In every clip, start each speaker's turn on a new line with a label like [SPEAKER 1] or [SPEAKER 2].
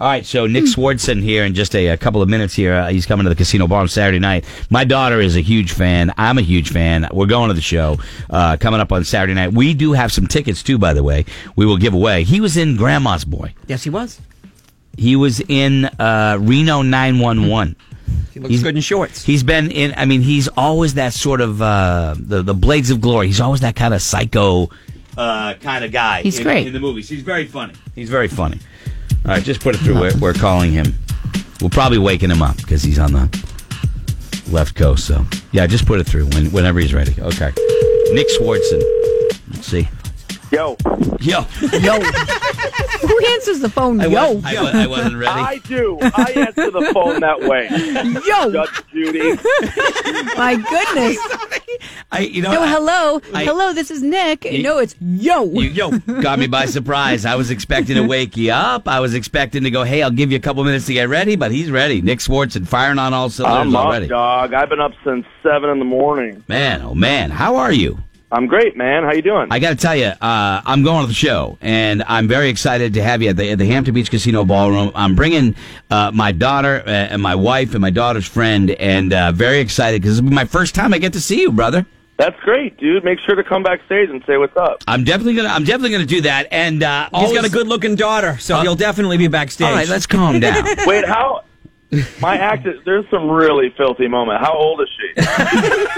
[SPEAKER 1] All right, so Nick Swardson here in just a, a couple of minutes here. Uh, he's coming to the Casino Bar on Saturday night. My daughter is a huge fan. I'm a huge fan. We're going to the show uh, coming up on Saturday night. We do have some tickets, too, by the way, we will give away. He was in Grandma's Boy,
[SPEAKER 2] Yes, he was.
[SPEAKER 1] he was in uh, Reno 911.
[SPEAKER 2] He looks good in shorts.
[SPEAKER 1] He's been in. I mean, he's always that sort of uh, the the Blades of Glory. He's always that kind of psycho uh, kind of guy.
[SPEAKER 3] He's
[SPEAKER 1] in,
[SPEAKER 3] great.
[SPEAKER 1] in the movies. He's very funny. He's very funny. All right, just put it through. We're, we're calling him. We're probably waking him up because he's on the left coast. So yeah, just put it through when, whenever he's ready. Okay, Nick Swartzen. Let's see.
[SPEAKER 4] Yo,
[SPEAKER 1] Yo, yo,
[SPEAKER 3] Who answers the phone?
[SPEAKER 1] I,
[SPEAKER 3] yo,
[SPEAKER 1] was, I, wa- I wasn't ready.
[SPEAKER 4] I do. I answer the phone that way.
[SPEAKER 3] yo!
[SPEAKER 4] Judge Judy.
[SPEAKER 3] My goodness!
[SPEAKER 1] I, you know,
[SPEAKER 3] No,
[SPEAKER 1] I-
[SPEAKER 3] hello,
[SPEAKER 1] I-
[SPEAKER 3] hello. This is Nick.
[SPEAKER 1] You-
[SPEAKER 3] no, it's yo.
[SPEAKER 1] You got me by surprise. I was expecting to wake you up. I was expecting to go, hey, I'll give you a couple minutes to get ready, but he's ready. Nick Swartz and firing on all cylinders
[SPEAKER 4] I'm
[SPEAKER 1] already.
[SPEAKER 4] up, dog. I've been up since seven in the morning.
[SPEAKER 1] Man, oh man, how are you?
[SPEAKER 4] I'm great, man. How you doing?
[SPEAKER 1] I got to tell you, uh, I'm going to the show, and I'm very excited to have you at the, at the Hampton Beach Casino Ballroom. I'm bringing uh, my daughter uh, and my wife and my daughter's friend, and uh, very excited because it'll be my first time I get to see you, brother.
[SPEAKER 4] That's great, dude. Make sure to come backstage and say what's up.
[SPEAKER 1] I'm definitely gonna, I'm definitely gonna do that. And uh,
[SPEAKER 2] He's
[SPEAKER 1] always-
[SPEAKER 2] got a good-looking daughter, so he'll definitely be backstage.
[SPEAKER 1] All right, let's calm down.
[SPEAKER 4] Wait, how? My act is. There's some really filthy moment. How old is she?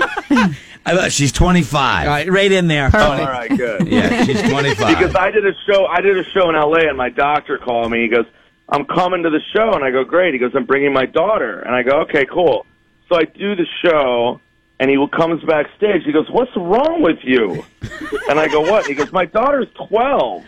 [SPEAKER 1] I love- She's 25.
[SPEAKER 2] All right, right in there.
[SPEAKER 4] Oh, all right, good.
[SPEAKER 1] Yeah, she's 25.
[SPEAKER 4] Because I did a show. I did a show in L.A. and my doctor called me. He goes, "I'm coming to the show," and I go, "Great." He goes, "I'm bringing my daughter," and I go, "Okay, cool." So I do the show, and he comes backstage. He goes, "What's wrong with you?" And I go, "What?" He goes, "My daughter's 12."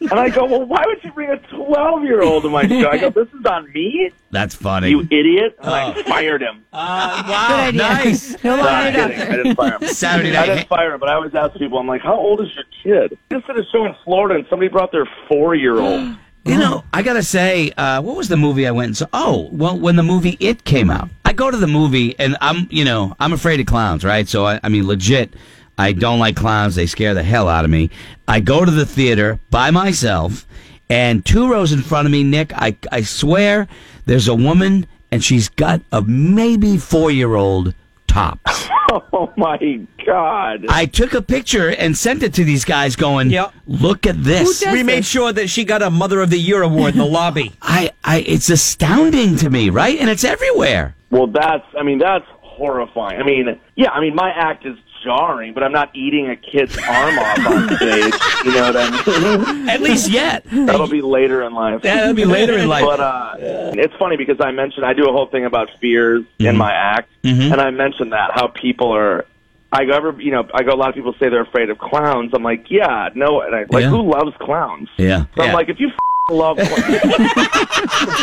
[SPEAKER 4] and I go, "Well, why would you bring a 12 year old to my show?" I go, "This is on me,
[SPEAKER 1] That's funny.
[SPEAKER 4] you idiot!" And I fired him.
[SPEAKER 1] wow,
[SPEAKER 3] Good idea.
[SPEAKER 1] nice.
[SPEAKER 3] No
[SPEAKER 4] No, I'm
[SPEAKER 3] longer it
[SPEAKER 4] kidding. I didn't fire him.
[SPEAKER 1] Saturday
[SPEAKER 4] I
[SPEAKER 1] night.
[SPEAKER 4] didn't fire him, but I always ask people, I'm like, how old is your kid? I just did a show in Florida and somebody brought their four year old.
[SPEAKER 1] You know, I gotta say, uh, what was the movie I went and saw? Oh, well, when the movie It came out, I go to the movie and I'm, you know, I'm afraid of clowns, right? So I, I mean, legit, I don't like clowns. They scare the hell out of me. I go to the theater by myself, and two rows in front of me, Nick, I, I swear, there's a woman and she's got a maybe four year old tops.
[SPEAKER 4] Oh my God.
[SPEAKER 1] I took a picture and sent it to these guys going,
[SPEAKER 2] Yep.
[SPEAKER 1] look at this.
[SPEAKER 3] Who does-
[SPEAKER 2] We made sure that she got a Mother of the Year award in the lobby.
[SPEAKER 1] I, I, it's astounding to me, right? And it's everywhere.
[SPEAKER 4] Well, that's, I mean, that's horrifying. I mean, yeah, I mean, my act is jarring, but I'm not eating a kid's arm off on stage. You know what I mean?
[SPEAKER 1] At least yet.
[SPEAKER 4] That'll be later in life.
[SPEAKER 1] That'll be later in life.
[SPEAKER 4] But uh, it's funny because I mentioned I do a whole thing about fears in
[SPEAKER 1] Mm-hmm.
[SPEAKER 4] my act, and I mentioned that how people are. I go ever you know I go a lot of people say they're afraid of clowns. I'm like yeah no and I, like
[SPEAKER 1] Yeah.
[SPEAKER 4] who loves clowns?
[SPEAKER 1] Yeah.
[SPEAKER 4] So
[SPEAKER 1] Yeah.
[SPEAKER 4] I'm like if you f- love clowns,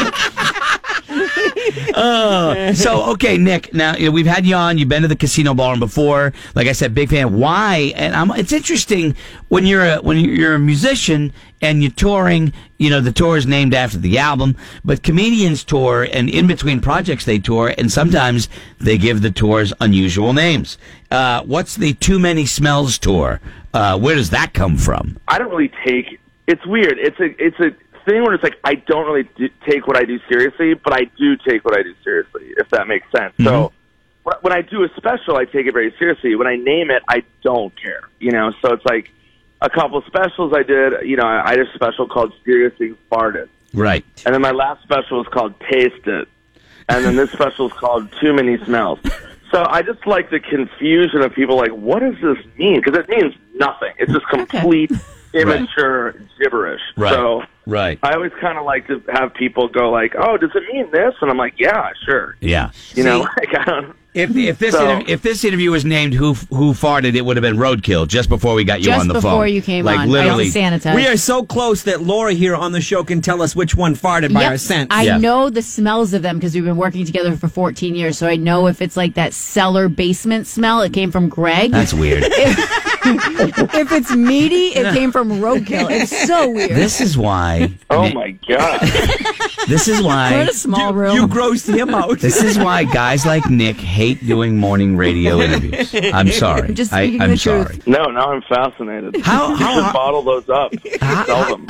[SPEAKER 1] so okay, Nick. Now you know, we've had you on. You've been to the casino ballroom before. Like I said, big fan. Why? And I'm, it's interesting when you're a when you're a musician and you're touring. You know, the tour is named after the album, but comedians tour, and in between projects they tour, and sometimes they give the tours unusual names. Uh, what's the Too Many Smells tour? Uh, where does that come from?
[SPEAKER 4] I don't really take. It's weird. It's a it's a thing where it's like I don't really do, take what I do seriously, but I do take what I do seriously. If that makes sense. So wh- when I do a special, I take it very seriously. When I name it, I don't care. You know. So it's like a couple specials I did. You know, I, I did a special called Seriously Farted,
[SPEAKER 1] Right.
[SPEAKER 4] and then my last special was called Taste It, and then this special is called Too Many Smells. So I just like the confusion of people like, what does this mean? Because it means nothing. It's just complete immature gibberish.
[SPEAKER 1] Right.
[SPEAKER 4] So
[SPEAKER 1] Right.
[SPEAKER 4] I always kind of like to have people go like, oh, does it mean this? And I'm like, yeah, sure.
[SPEAKER 1] Yeah.
[SPEAKER 4] You know, like I don't.
[SPEAKER 1] If if this
[SPEAKER 4] So-
[SPEAKER 1] interv- if this interview was named "Who Who Farted," it would have been Roadkill just before we got you
[SPEAKER 3] Just
[SPEAKER 1] on the phone.
[SPEAKER 3] before you came
[SPEAKER 1] like
[SPEAKER 3] on.
[SPEAKER 1] literally.
[SPEAKER 3] I sanitized.
[SPEAKER 2] We are so close that Laura here on the show can tell us which one farted by
[SPEAKER 3] Yep.
[SPEAKER 2] our scent.
[SPEAKER 3] I
[SPEAKER 1] Yeah.
[SPEAKER 3] know the smells of them because we've been working together for 14 years. So I know if it's like that cellar basement smell, it came from Greg.
[SPEAKER 1] That's weird.
[SPEAKER 3] if it's meaty, it came from roadkill. It's so weird.
[SPEAKER 1] This is why.
[SPEAKER 4] Oh my god!
[SPEAKER 1] This is
[SPEAKER 3] We're in
[SPEAKER 1] why.
[SPEAKER 3] a small
[SPEAKER 2] you,
[SPEAKER 3] room.
[SPEAKER 2] you grossed him out.
[SPEAKER 1] This is why guys like Nick hate doing morning radio interviews. I'm sorry.
[SPEAKER 3] Just
[SPEAKER 1] I,
[SPEAKER 3] speaking
[SPEAKER 1] I'm
[SPEAKER 3] the truth.
[SPEAKER 1] sorry.
[SPEAKER 4] No, now I'm fascinated.
[SPEAKER 1] How-
[SPEAKER 4] you
[SPEAKER 1] how-
[SPEAKER 4] should bottle those up, sell them.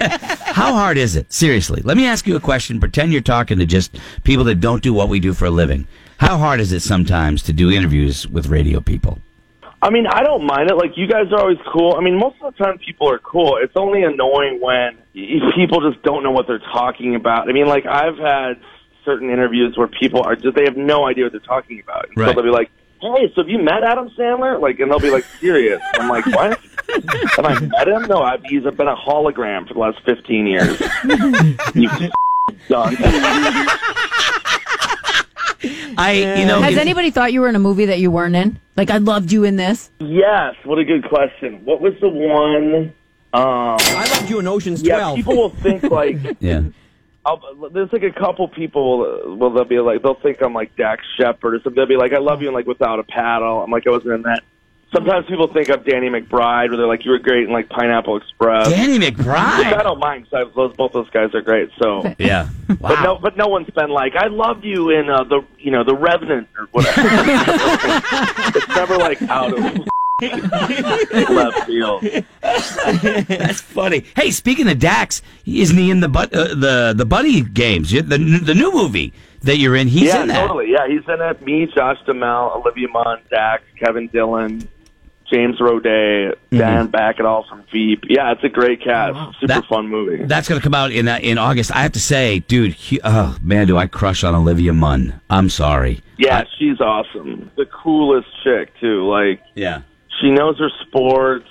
[SPEAKER 1] How hard is it? Seriously, let me ask you a question. Pretend you're talking to just people that don't do what we do for a living. How hard is it sometimes to do interviews with radio people?
[SPEAKER 4] I mean, I don't mind it. Like you guys are always cool. I mean, most of the time people are cool. It's only annoying when y- people just don't know what they're talking about. I mean, like I've had certain interviews where people are just they have no idea what they're talking about. And
[SPEAKER 1] Right.
[SPEAKER 4] So they'll be like, "Hey, so have you met Adam Sandler?" Like, and they'll be like, "Serious?" I'm like, "What?" Have I met him? No, I've, he's been a hologram for the last 15 years. you done.
[SPEAKER 1] I, you know,
[SPEAKER 3] Has
[SPEAKER 1] if-
[SPEAKER 3] anybody thought you were in a movie that you weren't in? Like, I loved you in this.
[SPEAKER 4] Yes, what a good question. What was the one? Um,
[SPEAKER 2] I loved you in Ocean's
[SPEAKER 4] yeah,
[SPEAKER 2] 12.
[SPEAKER 4] people will think like.
[SPEAKER 1] yeah.
[SPEAKER 4] I'll, there's like a couple people will well, they'll be like they'll think I'm like Dax Shepard or something. They'll be like I love you and like without a paddle. I'm like I wasn't in that. Sometimes people think I'm Danny McBride, or they're like you were great in like Pineapple Express.
[SPEAKER 1] Danny
[SPEAKER 4] Which I
[SPEAKER 1] McBride.
[SPEAKER 4] don't mind because those both those guys are great. So,
[SPEAKER 1] Yeah.
[SPEAKER 4] but no,
[SPEAKER 1] Wow.
[SPEAKER 4] but no one's been like I love you in uh, the you know the Revenant or whatever. it's never like out of left field.
[SPEAKER 1] That's funny. Hey, speaking of Dax, isn't he in the but, uh, the the buddy games? You- The the new movie that you're in, he's
[SPEAKER 4] yeah,
[SPEAKER 1] in that.
[SPEAKER 4] totally. Yeah, he's in it. Me, Josh Duhamel, Olivia Munn, Dax, Kevin Dillon, James Roday,
[SPEAKER 1] Mm-hmm.
[SPEAKER 4] Dan Backadall from Veep. Yeah, it's a great cast. Super
[SPEAKER 1] That-
[SPEAKER 4] fun movie.
[SPEAKER 1] That's going to come out in uh, in August. I have to say, dude, he, oh man, do I crush on Olivia Munn? I'm sorry.
[SPEAKER 4] yeah, she's awesome. The coolest chick too. Like
[SPEAKER 1] Yeah.
[SPEAKER 4] she knows her sports.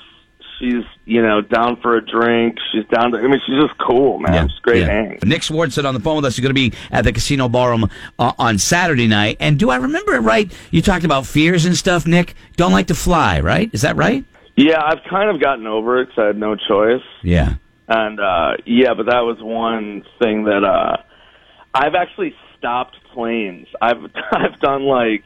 [SPEAKER 4] She's you know down for a drink. She's down to. I mean, she's just cool, man. She's a great
[SPEAKER 1] yeah.
[SPEAKER 4] hang.
[SPEAKER 1] Nick Swardson on the phone with us. He's going to be at the Casino Ballroom uh, on Saturday night. And do I remember it right? You talked about fears and stuff, Nick. Don't like to fly, right? Is that right?
[SPEAKER 4] Yeah, I've kind of gotten over it 'cause I had no choice.
[SPEAKER 1] Yeah.
[SPEAKER 4] And uh yeah, but that was one thing that uh I've actually stopped planes. I've I've done like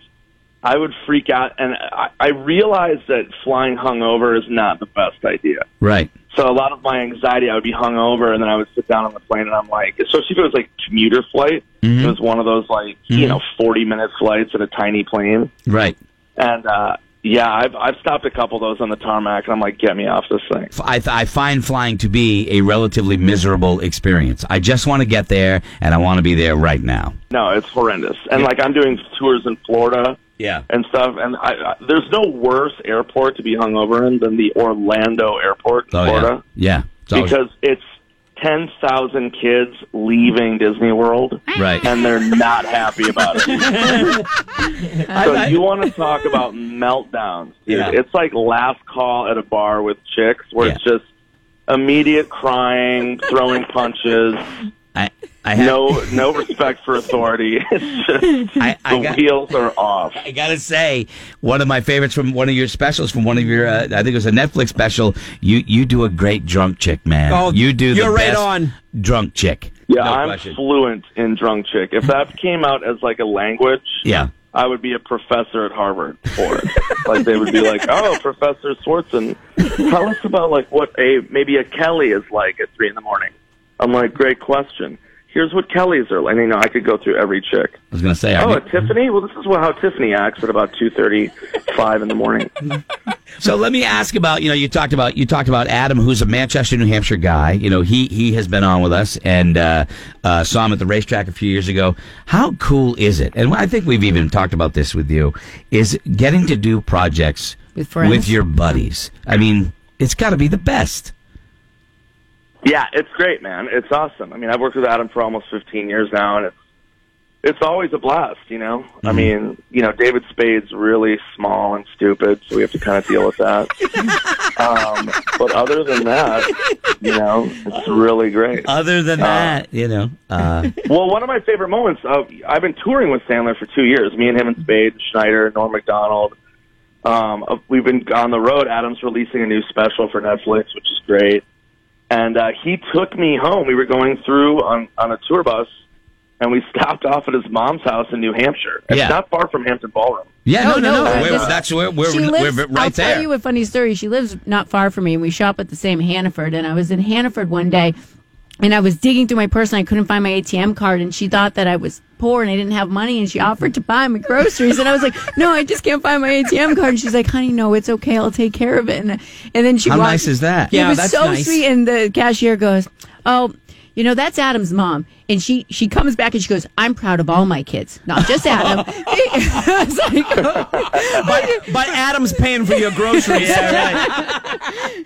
[SPEAKER 4] I would freak out and I, I realized that flying hungover is not the best idea.
[SPEAKER 1] Right.
[SPEAKER 4] So a lot of my anxiety, I would be hungover, and then I would sit down on the plane, and I'm like, especially if it was like commuter flight, it was one of those like you know 40 minute flights in a tiny plane,
[SPEAKER 1] Right.
[SPEAKER 4] and uh yeah, I've I've stopped a couple of those on the tarmac, and I'm like, get me off this thing.
[SPEAKER 1] F- I, th- I find flying to be a relatively miserable experience. I just want to get there, and I want to be there right now.
[SPEAKER 4] No, it's horrendous. And like I'm doing tours in Florida
[SPEAKER 1] Yeah.
[SPEAKER 4] and stuff, and I, I, there's no worse airport to be hungover in than the Orlando airport, in
[SPEAKER 1] Oh,
[SPEAKER 4] Florida,
[SPEAKER 1] yeah. Yeah. It's always-
[SPEAKER 4] because it's ten thousand kids leaving Disney World,
[SPEAKER 1] Right.
[SPEAKER 4] and they're not happy about it. so
[SPEAKER 1] I-
[SPEAKER 4] you want to talk about meltdowns? Dude.
[SPEAKER 1] Yeah.
[SPEAKER 4] It's like last call at a bar with chicks, where it's just immediate crying, throwing punches,
[SPEAKER 1] I, I have,
[SPEAKER 4] no no respect for authority. It's just
[SPEAKER 1] I, I
[SPEAKER 4] the
[SPEAKER 1] got-
[SPEAKER 4] wheels are off.
[SPEAKER 1] I gotta say, one of my favorites from one of your specials, from one of your, uh, I think it was a Netflix special. You you do a great drunk chick, man.
[SPEAKER 2] Oh,
[SPEAKER 1] you do.
[SPEAKER 2] you're
[SPEAKER 1] the
[SPEAKER 2] right
[SPEAKER 1] best
[SPEAKER 2] on.
[SPEAKER 1] drunk chick.
[SPEAKER 4] Yeah,
[SPEAKER 1] No
[SPEAKER 4] I'm
[SPEAKER 1] question.
[SPEAKER 4] fluent in drunk chick. If that came out as like a language,
[SPEAKER 1] Yeah.
[SPEAKER 4] I would be a professor at Harvard for it. like they would be like, "Oh, Professor Swartzen, tell us about like what a maybe a Kelly is like at three in the morning." I'm like, "Great question." Here's what Kellys are like. And, you know, I could go through every chick.
[SPEAKER 1] I was gonna say. I
[SPEAKER 4] Oh, a
[SPEAKER 1] did-
[SPEAKER 4] Tiffany? Well, this is what, how Tiffany acts at about two thirty, five in the morning.
[SPEAKER 1] so let me ask about you know you talked about you talked about Adam, who's a Manchester, New Hampshire guy. You know he he has been on with us and uh, uh, saw him at the racetrack a few years ago. How cool is it? And I think we've even talked about this with you. Is getting to do projects
[SPEAKER 3] With friends.
[SPEAKER 1] with your buddies. I mean, it's got to be the best.
[SPEAKER 4] Yeah, it's great, man. It's awesome. I mean, I've worked with Adam for almost 15 years now, and it's it's always a blast. You know, I mean, you know, David Spade's really small and stupid, so we have to kind of deal with that. um, but other than that, you know, it's really great.
[SPEAKER 1] Other than that, you know, uh,
[SPEAKER 4] Well, one of my favorite moments of I've been touring with Sandler for two years. Me and him and Spade, Schneider, Norm Macdonald. Um, uh, we've been on the road. Adam's releasing a new special for Netflix, which is great. And uh, he took me home. We were going through on on a tour bus, and we stopped off at his mom's house in New Hampshire. It's
[SPEAKER 1] Yeah.
[SPEAKER 4] not far from Hampton Ballroom.
[SPEAKER 1] Yeah, no,
[SPEAKER 3] No,
[SPEAKER 1] no, no.
[SPEAKER 3] no, I
[SPEAKER 1] We're-
[SPEAKER 3] just-
[SPEAKER 1] that's where we're,
[SPEAKER 3] she
[SPEAKER 1] we're,
[SPEAKER 3] lives,
[SPEAKER 1] right
[SPEAKER 3] I'll
[SPEAKER 1] there.
[SPEAKER 3] tell you a funny story. She lives not far from me. We shop at the same Hannaford, and I was in Hannaford one day, and I was digging through my purse, and I couldn't find my ATM card, and she thought that I was poor and I didn't have money, and she offered to buy me groceries, and I was like, "No, I just can't find my ATM card." And she's like, "Honey, no, it's okay. I'll take care of it." And, and then she
[SPEAKER 1] How
[SPEAKER 3] walked-
[SPEAKER 1] nice is that?
[SPEAKER 3] It
[SPEAKER 2] Yeah,
[SPEAKER 3] was
[SPEAKER 2] that's
[SPEAKER 3] so
[SPEAKER 2] nice.
[SPEAKER 3] sweet, and the cashier goes, "Oh." You know that's Adam's mom, and she she comes back and she goes, "I'm proud of all my kids, not just Adam." I was like,
[SPEAKER 2] But, but Adam's paying for your groceries.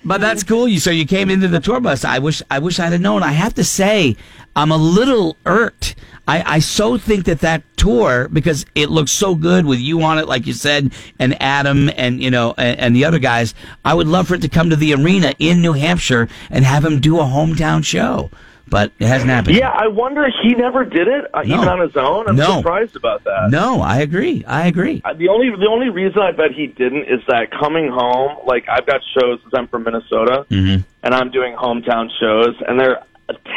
[SPEAKER 1] But that's cool. You so you came into the tour bus. I wish I wish I'd have known. I have to say, I'm a little irked. I, I so think that that tour because it looks so good with you on it, like you said, and Adam and you know and, and the other guys. I would love for it to come to the arena in New Hampshire and have him do a hometown show, but it hasn't happened.
[SPEAKER 4] Yeah, I wonder he never did it uh,
[SPEAKER 1] No.
[SPEAKER 4] even on his own. I'm
[SPEAKER 1] No.
[SPEAKER 4] surprised about that.
[SPEAKER 1] No, I agree. I agree.
[SPEAKER 4] Uh, The only the only reason I bet he didn't is that coming home, like I've got shows since I'm from Minnesota,
[SPEAKER 1] Mm-hmm.
[SPEAKER 4] and I'm doing hometown shows, and they're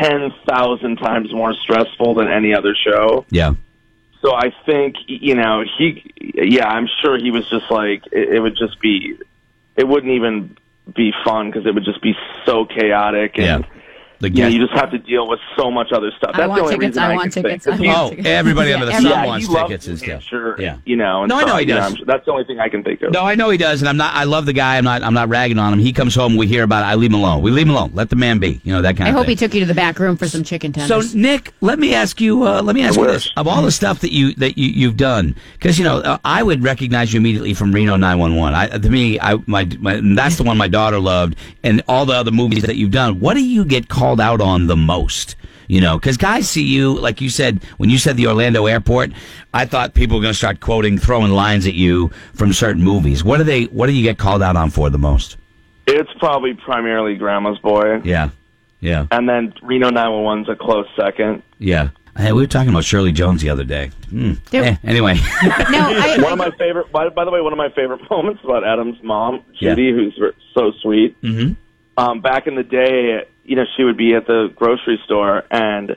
[SPEAKER 4] ten thousand times more stressful than any other show.
[SPEAKER 1] Yeah.
[SPEAKER 4] So I think y- you know he, yeah, I'm sure he was just like it, it would just be, it wouldn't even be fun because it would just be so chaotic and.
[SPEAKER 1] Yeah. The
[SPEAKER 4] You, know,
[SPEAKER 1] guest-
[SPEAKER 4] you just have to deal with so much other stuff.
[SPEAKER 3] I
[SPEAKER 4] That's
[SPEAKER 3] want
[SPEAKER 4] the only
[SPEAKER 3] tickets,
[SPEAKER 4] reason
[SPEAKER 3] I
[SPEAKER 4] I,
[SPEAKER 3] want
[SPEAKER 4] can
[SPEAKER 3] tickets,
[SPEAKER 4] think. 'Cause
[SPEAKER 3] I
[SPEAKER 4] he-
[SPEAKER 3] want
[SPEAKER 1] Oh, everybody under the
[SPEAKER 3] Yeah,
[SPEAKER 1] sun
[SPEAKER 3] yeah,
[SPEAKER 1] wants
[SPEAKER 4] he loves
[SPEAKER 1] tickets.
[SPEAKER 4] New
[SPEAKER 1] Is dead.
[SPEAKER 4] Hampshire,
[SPEAKER 1] Yeah.
[SPEAKER 4] you know. and
[SPEAKER 1] No, I know
[SPEAKER 4] stuff,
[SPEAKER 1] he
[SPEAKER 4] you
[SPEAKER 1] does.
[SPEAKER 4] I'm- that's the only thing I can think of.
[SPEAKER 1] No, I know he does, and I'm not. I love the guy. I'm not. I'm not ragging on him. He comes home. We hear about it. I leave him alone. We leave him alone. Let the man be. You know that kind
[SPEAKER 3] I
[SPEAKER 1] of.
[SPEAKER 3] hope he
[SPEAKER 1] thing.
[SPEAKER 3] took you to the back room for some chicken
[SPEAKER 1] So
[SPEAKER 3] tenders.
[SPEAKER 1] Nick, let me ask you. Uh, let me ask you
[SPEAKER 4] wish.
[SPEAKER 1] this: of all the stuff that you that you you've done, because you know uh, I would recognize you immediately from Reno 911. I, to me, I my, my that's the one my daughter loved, and all the other movies that you've done. What do you get called out on the most? You know, because guys see you, like you said, when you said the Orlando airport, I thought people were going to start quoting, throwing lines at you from certain movies. What do they? What do you get called out on for the most?
[SPEAKER 4] It's probably primarily Grandma's Boy,
[SPEAKER 1] Yeah, yeah.
[SPEAKER 4] and then Reno 911's a close second.
[SPEAKER 1] Yeah. Hey, we were talking about Shirley Jones the other day. Hmm.
[SPEAKER 3] There-
[SPEAKER 1] Eh, anyway,
[SPEAKER 3] no, I,
[SPEAKER 4] One of my favorite, by, by the way, one of my favorite moments about Adam's mom,
[SPEAKER 1] Yeah.
[SPEAKER 4] Judy, who's r- so sweet. Mm-hmm. Um, back in the day, you know, she would be at the grocery store, and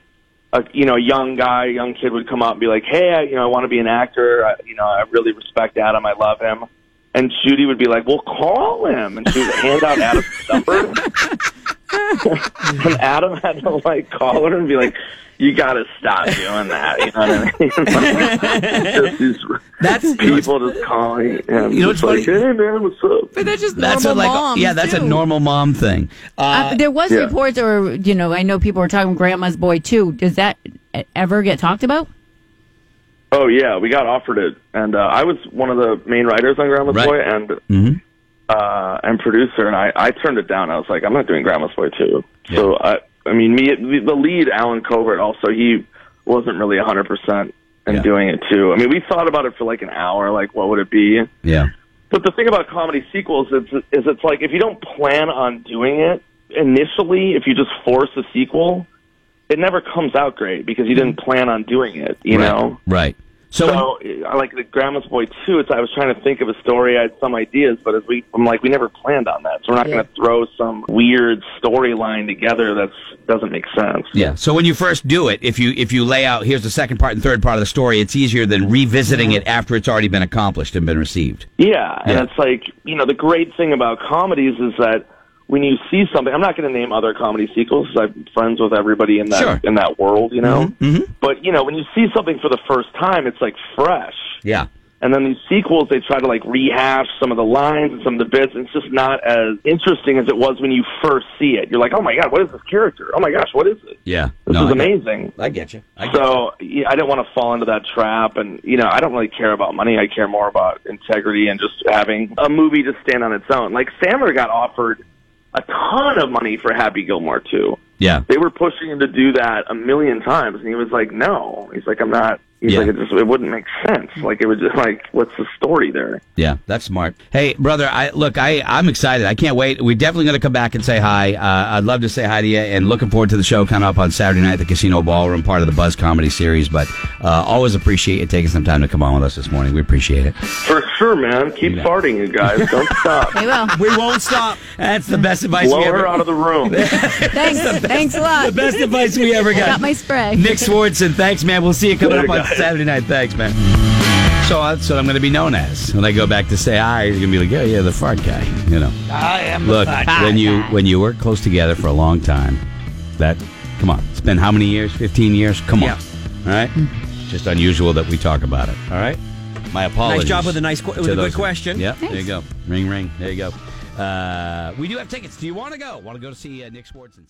[SPEAKER 4] a, you know, a young guy, young kid would come up and be like, "Hey, I, you know, I want to be an actor. I, you know, I really respect Adam. I love him." And Judy would be like, "Well, call him," and she would hand out Adam's number. and Adam had to like call her and be like, "You got to stop doing that." You know what I mean? Like, just these
[SPEAKER 1] That's-
[SPEAKER 4] people just calling. And
[SPEAKER 1] You know
[SPEAKER 4] just
[SPEAKER 1] what's
[SPEAKER 4] like,
[SPEAKER 1] funny?
[SPEAKER 4] Hey man, what's up?
[SPEAKER 3] but they're just
[SPEAKER 1] that's a,
[SPEAKER 3] normal
[SPEAKER 1] like
[SPEAKER 3] moms,
[SPEAKER 1] yeah, that's
[SPEAKER 3] too.
[SPEAKER 1] a normal mom thing. Uh,
[SPEAKER 3] Uh, there was
[SPEAKER 4] Yeah.
[SPEAKER 3] reports, or you know, I know people were talking Grandma's boy too. Does that e- ever get talked about?
[SPEAKER 4] Oh yeah, we got offered it, and uh, I was one of the main writers on Grandma's
[SPEAKER 1] Right. Mm-hmm.
[SPEAKER 4] Boy and uh, and producer, and I, I turned it down. I was like, I'm not doing Grandma's Boy too. So I, I mean, me the the lead Alan Covert also he wasn't really 100 percent in
[SPEAKER 1] Yeah.
[SPEAKER 4] doing it too. I mean, we thought about it for like an hour, like what would it be?
[SPEAKER 1] yeah,
[SPEAKER 4] But the thing about comedy sequels is, is it's like if you don't plan on doing it initially, if you just force a sequel, it never comes out great because you didn't plan on doing it. You
[SPEAKER 1] Mm-hmm. right,
[SPEAKER 4] know.
[SPEAKER 1] right. So,
[SPEAKER 4] So, I like the Grandma's Boy too. It's I was trying to think of a story. I had some ideas, but as we, I'm like, we never planned on that. So we're not
[SPEAKER 3] Yeah.
[SPEAKER 4] going to throw some weird storyline together that doesn't make sense.
[SPEAKER 1] yeah, so when you first do it, if you if you lay out here's the second part and third part of the story, it's easier than revisiting it after it's already been accomplished and been received.
[SPEAKER 4] Yeah, and
[SPEAKER 1] Yeah.
[SPEAKER 4] it's like you know the great thing about comedies is that when you see something, I'm not going to name other comedy sequels. 'cause I'm friends with everybody in that
[SPEAKER 1] Sure. Mm-hmm.
[SPEAKER 4] in that world, you know. But you know when you see something for the first time, it's like fresh.
[SPEAKER 1] Yeah,
[SPEAKER 4] And then these sequels, they try to like rehash some of the lines and some of the bits. And it's just not as interesting as it was when you first see it. You're like, oh my god, what is this character? Oh my gosh, what is this?
[SPEAKER 1] yeah.
[SPEAKER 4] This
[SPEAKER 1] No,
[SPEAKER 4] is
[SPEAKER 1] I get-
[SPEAKER 4] amazing.
[SPEAKER 1] I get you. I get you.
[SPEAKER 4] So yeah, I didn't want to fall into that trap, and you know, I don't really care about money. I care more about integrity and just having a movie to stand on its own. Like Sandler got offered a ton of money for Happy Gilmore too.
[SPEAKER 1] yeah,
[SPEAKER 4] They were pushing him to do that a million times, and he was like, "No." He's like, "I'm not. He's
[SPEAKER 1] Yeah.
[SPEAKER 4] like, it just it wouldn't make sense. Like it was just like, what's the story there?
[SPEAKER 1] Yeah, that's smart. Hey, brother, I look, I I'm excited. I can't wait. We're definitely going to come back and say hi. Uh, I'd love to say hi to you, and looking forward to the show coming up on Saturday night at the Casino Ballroom, part of the Buzz Comedy Series. But uh, always appreciate you taking some time to come on with us this morning. We appreciate it.
[SPEAKER 4] For sure, man. Keep farting, you guys. Don't stop.
[SPEAKER 3] Hey, well,
[SPEAKER 2] We won't stop.
[SPEAKER 1] That's the best advice
[SPEAKER 4] Blow
[SPEAKER 1] we ever.
[SPEAKER 4] her out of the room.
[SPEAKER 3] thanks. thanks a lot.
[SPEAKER 1] the best advice we ever got.
[SPEAKER 3] Got my spray.
[SPEAKER 1] Nick Swartzen, thanks, man. We'll see you coming
[SPEAKER 4] Later,
[SPEAKER 1] up on
[SPEAKER 4] guys.
[SPEAKER 1] Saturday night. Thanks, man. So that's what I'm going to be known as when I go back to say hi. He's going to be like, "Yeah, yeah, the fart guy." You know.
[SPEAKER 5] I am
[SPEAKER 1] Look,
[SPEAKER 5] the fact.
[SPEAKER 1] when you when you work close together for a long time, that come on, it's been how many years? Fifteen years? Come on,
[SPEAKER 2] Yeah. Hmm.
[SPEAKER 1] all right. Just unusual that we talk about it. All right. My apologies.
[SPEAKER 2] Nice job with a nice que- with
[SPEAKER 1] to
[SPEAKER 2] a good
[SPEAKER 1] those-
[SPEAKER 2] question.
[SPEAKER 1] Yep. There you go. Ring, ring. There you go. Uh, we do have tickets. Do you want to go? Want to go to see uh, Nick Swartzen?